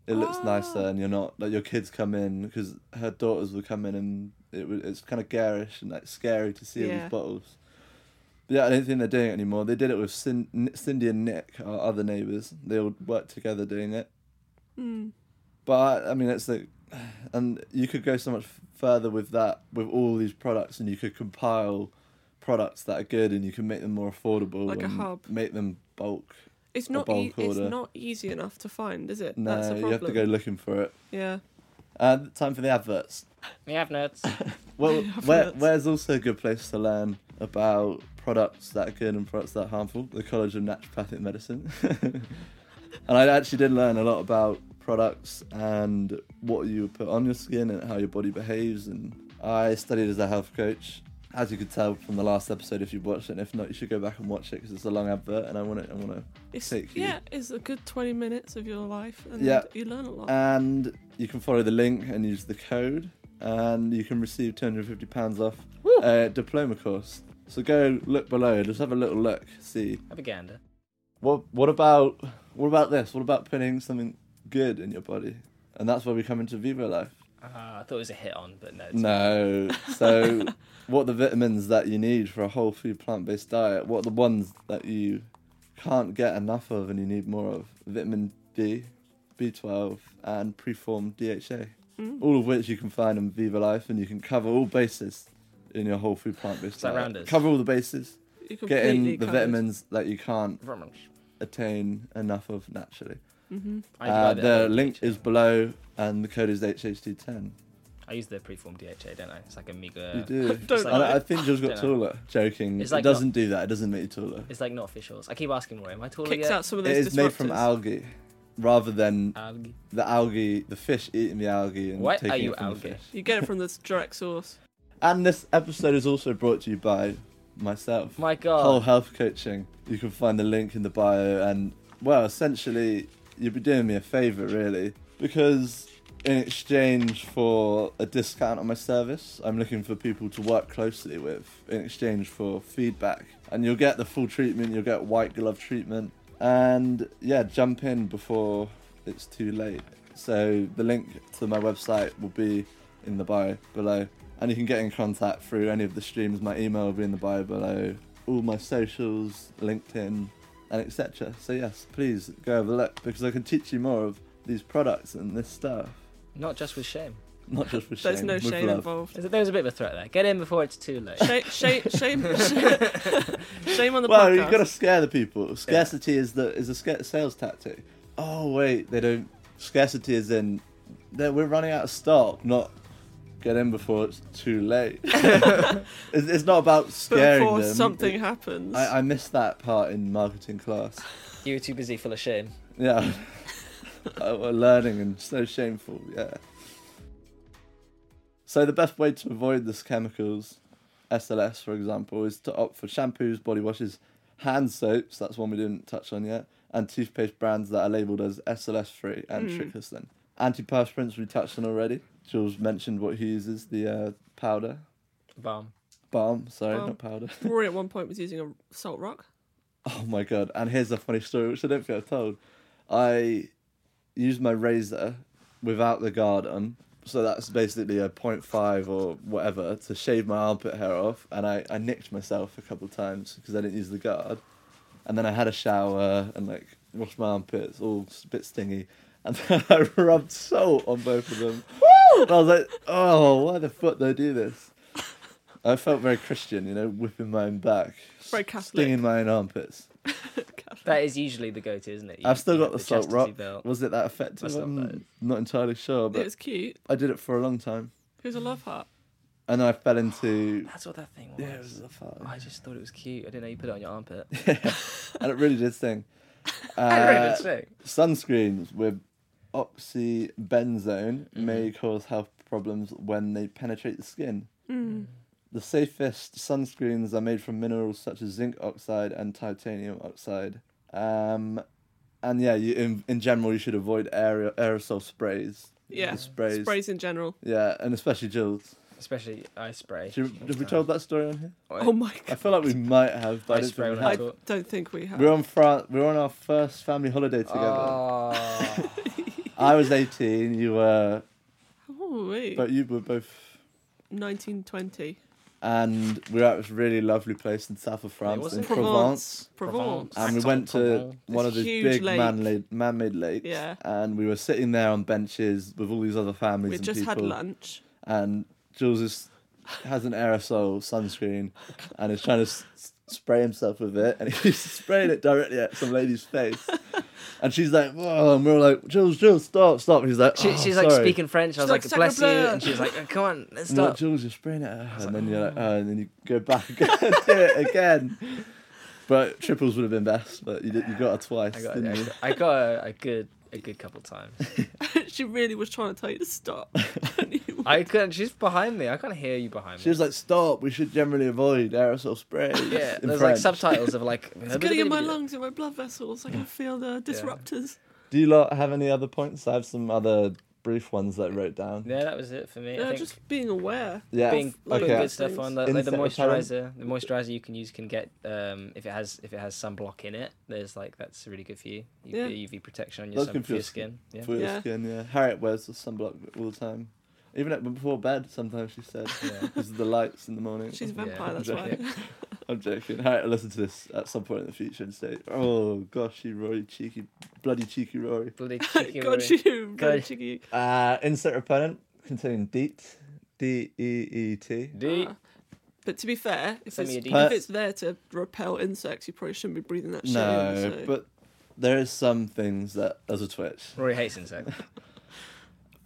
it looks Ah. nicer, and you're not like your kids come in because her daughters would come in, and it would it's kind of garish and like scary to see all Yeah. these bottles. But yeah, I don't think they're doing it anymore. They did it with Cin- N- Cindy and Nick, our other neighbours. They all worked together doing it. Mm. But I mean, it's like, and you could go so much f- further with that, with all these products, and you could compile products that are good, and you can make them more affordable, Like a and hub. make them bulk. It's not. E- bulk it's order. not easy enough to find, is it? That's No, a you problem. have to go looking for it. Yeah. Uh, time for the adverts. We have notes. Well, Adverts. where, where's also a good place to learn about products that are good and products that are harmful? The College of Naturopathic Medicine. (laughs) and I actually did learn a lot about products and what you put on your skin and how your body behaves. And I studied as a health coach. As you could tell from the last episode, if you've watched it, and if not, you should go back and watch it because it's a long advert, and I want to, I want to It's Take you. yeah. It's a good twenty minutes of your life, and Yeah. you learn a lot. and you can follow the link and use the code and you can receive two hundred fifty pounds off a diploma course. So go look below. Just have a little look. See Have a gander. what. What about what about this? What about putting something good in your body? And that's where we come into Vivo Life. Uh, I thought it was a hit on, but no. It's No. So, (laughs) what the vitamins that you need for a whole food plant based diet? What are the ones that you can't get enough of and you need more of? Vitamin D, B12, and preformed DHA. Mm. All of which you can find on Viva Life, and you can cover all bases in your whole food plant based that diet. rounders? Cover all the bases. You Get in the completely covered. vitamins that you can't Vroom. attain enough of naturally. Mm-hmm. I Uh, divide it the up. link is below, and the code is HHT10. I use the preformed DHA, don't I? It's like a meager. You do. Don't And I, lie. I think Joe's got Don't taller. Joking. It's like it doesn't do that. It doesn't make you taller. It's like not officials. I keep asking more. Am I taller Kicks yet? out some of It those is made from disruptors. algae, rather than Algae. the algae, the fish eating the algae and What taking are you it from algae? the fish. You get it from this direct source. And this episode is also brought to you by myself. My God. Whole health coaching. You can find the link in the bio, and well, essentially, you'd be doing me a favor, really, because in exchange for a discount on my service, I'm looking for people to work closely with in exchange for feedback, and you'll get the full treatment. You'll get white glove treatment, and yeah, jump in before it's too late. So the link to my website will be in the bio below. And you can get in contact through any of the streams. My email will be in the bio below. All my socials, LinkedIn, and etc. So yes, please go have a look because I can teach you more of these products and this stuff. Not just with shame. Not just with shame. There's no with shame love. involved. There's a- There was a bit of a threat there. Get in before it's too late. (laughs) Shame, shame, shame, shame on the Well, podcast. you've got to scare the people. Scarcity is the is a sca- sales tactic. Oh wait, they don't. Scarcity is in. That we're running out of stock. Not get in before it's (laughs) too (laughs) late. it's, it's not about scaring before them. something It- happens. I, I missed that part in marketing class. You were too busy full of shame. Yeah. (laughs) I were learning and so shameful, yeah. So the best way to avoid this chemicals, SLS for example, is to opt for shampoos, body washes, hand soaps, that's one we didn't touch on yet, and toothpaste brands that are labelled as SLS free and trichless Antiperspirants we touched on already. Jules mentioned what he uses, the uh, powder. Bomb. Balm, sorry, Balm. not powder. Rory at one point was using a salt rock. (laughs) Oh my god! And here's a funny story which I don't think I've told. I used my razor without the guard on, so that's basically a 0.5 or whatever to shave my armpit hair off, and I, I nicked myself a couple of times because I didn't use the guard, and then I had a shower and like washed my armpits, all a bit stingy, (laughs) and then I rubbed salt on both of them. And I was like, oh, why the fuck do I do this? I felt very Christian, you know, whipping my own back, Very Catholic. (laughs) stinging my own armpits. That is usually the go-to, isn't it? You- I've still you got have the salt chastity rock. belt. Was it that effective? That's not I'm bad. not entirely sure, It but was cute. I did it for a long time, It was a love heart. and then I fell into. That's what that thing was. yeah, it was a fart. I just thought it was cute. I didn't know you put it on your armpit. (laughs) (laughs) and it really did sting. I read Uh, it sick. sunscreens with oxybenzone may cause health problems when they penetrate the skin. Hmm. Hmm. The safest sunscreens are made from minerals such as zinc oxide and titanium oxide. Um, and yeah, you, in, in general, you should avoid aer- aerosol sprays. Yeah. The sprays. Sprays in general. Yeah, and especially Jill's. Especially eye spray. Should, have we told that story on here? (laughs) Oh my I god. feel like we might have, but I Eye don't spray when think we I I have. talk. don't think we have. We We're on France. We We're on our first family holiday together. Oh, I was 18. You were, Oh, wait. but you were both, 1920. and we were at this really lovely place in south of France, was in it? Provence. Provence. Provence. And we went to Provence. one of This these huge big lake. man-made, man-made lakes, Yeah. and we were sitting there on benches with all these other families We'd and just people. had lunch. (laughs) and Jules is, has an aerosol sunscreen and is trying to s- s- spray himself with it, and he's (laughs) spraying it directly at some lady's face. And she's like, "Whoa!" And we're like, "Jules, Jules, stop, stop!" And he's like, She, (laughs) "Oh, she's like sorry." speaking French. I was She's like, like, bless you. "Sacre bleu." And she's like, "Oh, come on, let's And we're like, stop. Jules, you're spraying it at her, and then you're like, "Oh," and then you go back (laughs) and do it again. But triples would have been best, but you did, you got her twice. I got, didn't I you? got, I got a, a good a good couple times. she really was trying to tell you to (laughs) stop. (laughs) And you- I couldn't. She's behind me. I can't hear you behind me. She was like, "Stop! We should generally avoid aerosol spray." yeah, (laughs) in there's like French. subtitles of (laughs) like. it's getting in my lungs, in my blood vessels. I can feel the disruptors. Do you lot have any other points? I have some other brief ones that I wrote down. Yeah, that was it for me. I Yeah, think just being aware. Yeah. being like putting okay. good stuff on, like, like the Insect repellent. moisturizer. The moisturizer you can use can get um, if it has if it has sunblock in it. There's like that's really good for you. UV, Yeah. UV protection on your, Those sun, can for your feel s- skin. Yeah. For your Yeah. skin, yeah. Harriet wears the sunblock all the time. Even at, before bed, sometimes she said, (laughs) Yeah. because of the lights in the morning. She's a Yeah. vampire, that's (laughs) Exactly. why. I'm joking. Harriet will listen to this at some point in the future and say, oh, gosh, you Rory, cheeky, bloody cheeky Rory. Bloody (laughs) cheeky God, Rory. you, Good. God, cheeky. Uh, insect repellent containing DEET. D E E T. Do- Ah. (laughs) But to be fair, if it's, Send me a if detail. it's there to repel insects, you probably shouldn't be breathing that shit in. No, so- but there is some things that as a twitch. Rory hates insects.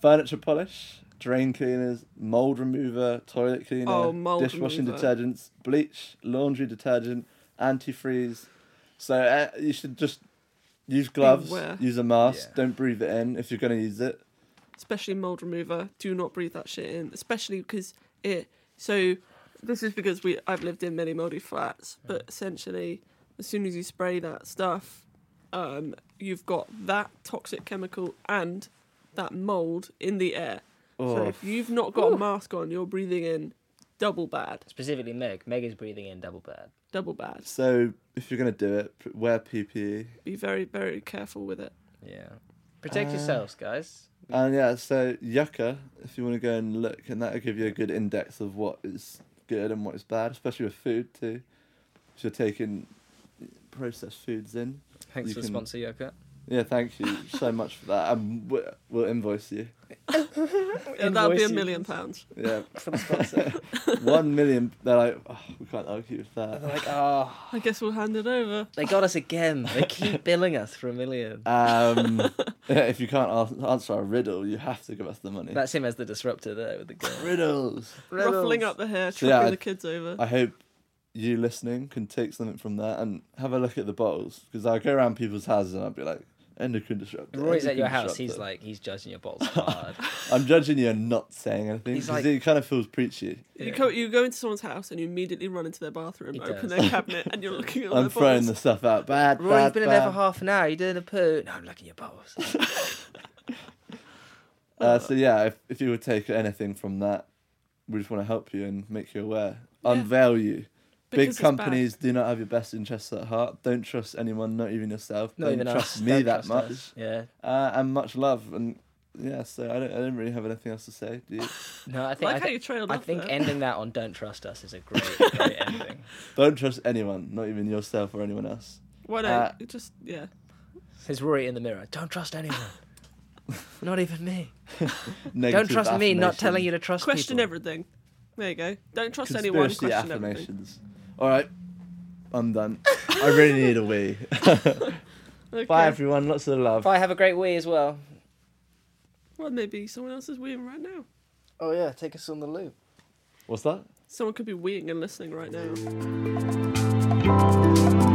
Furniture polish, drain cleaners, mold remover, toilet cleaner, Oh, mold dishwashing remover. detergents, bleach, laundry detergent, antifreeze. So uh, you should just use gloves, Beware. use a mask, Yeah. don't breathe it in if you're going to use it. especially mold remover. Do not breathe that shit in, especially because it. So this is because we I've lived in many moldy flats, but essentially, as soon as you spray that stuff, um, you've got that toxic chemical and that mold in the air. So Oh, if you've not got a mask on, you're breathing in double bad, Specifically, Meg. Meg is breathing in double bad. double bad. so if you're going to do it, p- E. wear PPE. Be very very careful with it. Yeah. Protect Uh, yourselves, guys. And yeah, so yucca, if you want to go and look, and that'll give you a good index of what is good and what is bad, especially with food too. If you're taking processed foods in, Thanks you for the can- sponsor, Yoko. Yeah, thank you so much for that. Um, we- we'll invoice you. And that'll be a Invoice you. million pounds. Yeah, (laughs) one million. They're like, oh, we can't argue with They're that. like, oh, "Ah." I guess we'll hand it over. they got us again. They keep billing us for a million. Um, yeah, if you can't ans- answer our riddle, you have to give us the money. That's him as the disruptor there with the gun. (laughs) riddles. Ruffling up the hair, So, yeah, tripping I- the kids over. I hope you listening can take something from that and have a look at the bottles because I go around people's houses and I'll be like, endocrine disruptor. Rory's at endocrine your house. disruptor." He's like, he's judging your (laughs) bottles hard. I'm judging you and not saying anything He's because like- it kind of feels preachy. You Yeah. go, you go into someone's house and you immediately run into their bathroom, It open does. their cabinet, and (laughs) you're looking at all I'm their throwing the bottles. stuff out. Bad, Rory, you've bad, been in bad. there for half an hour. You're doing a poo. No, I'm looking at your bottles. Uh, so yeah, if, if you would take anything from that, we just want to help you and make you aware, Yeah. unveil you. Because it's Big bad. companies do not have your best interests at heart. Don't trust anyone, not even yourself. Not Don't even trust us. me Don't that trust much. us. Yeah. Uh, and much love. And yeah, so I don't, I don't really have anything else to say. (laughs) Do you? No, I think Like I, how thi- you trailed I off think there. ending that on "Don't trust us" is a great, great (laughs) ending. don't trust anyone, not even yourself or anyone else. Why don't uh, you just yeah? Says Rory in the mirror. Don't trust anyone. (laughs) Not even me. don't Negative trust me. Not affirmation. telling you to trust Question people. everything. There you go. Don't trust Conspiracy anyone. Question everything. affirmations. All right, (laughs) I'm done. I really need a wee. Okay. Bye everyone. Lots of love. If I have a great wee as well. Well, maybe someone else is weeing right now. Oh yeah, take us on the loop. What's that? Someone could be weeing and listening right now.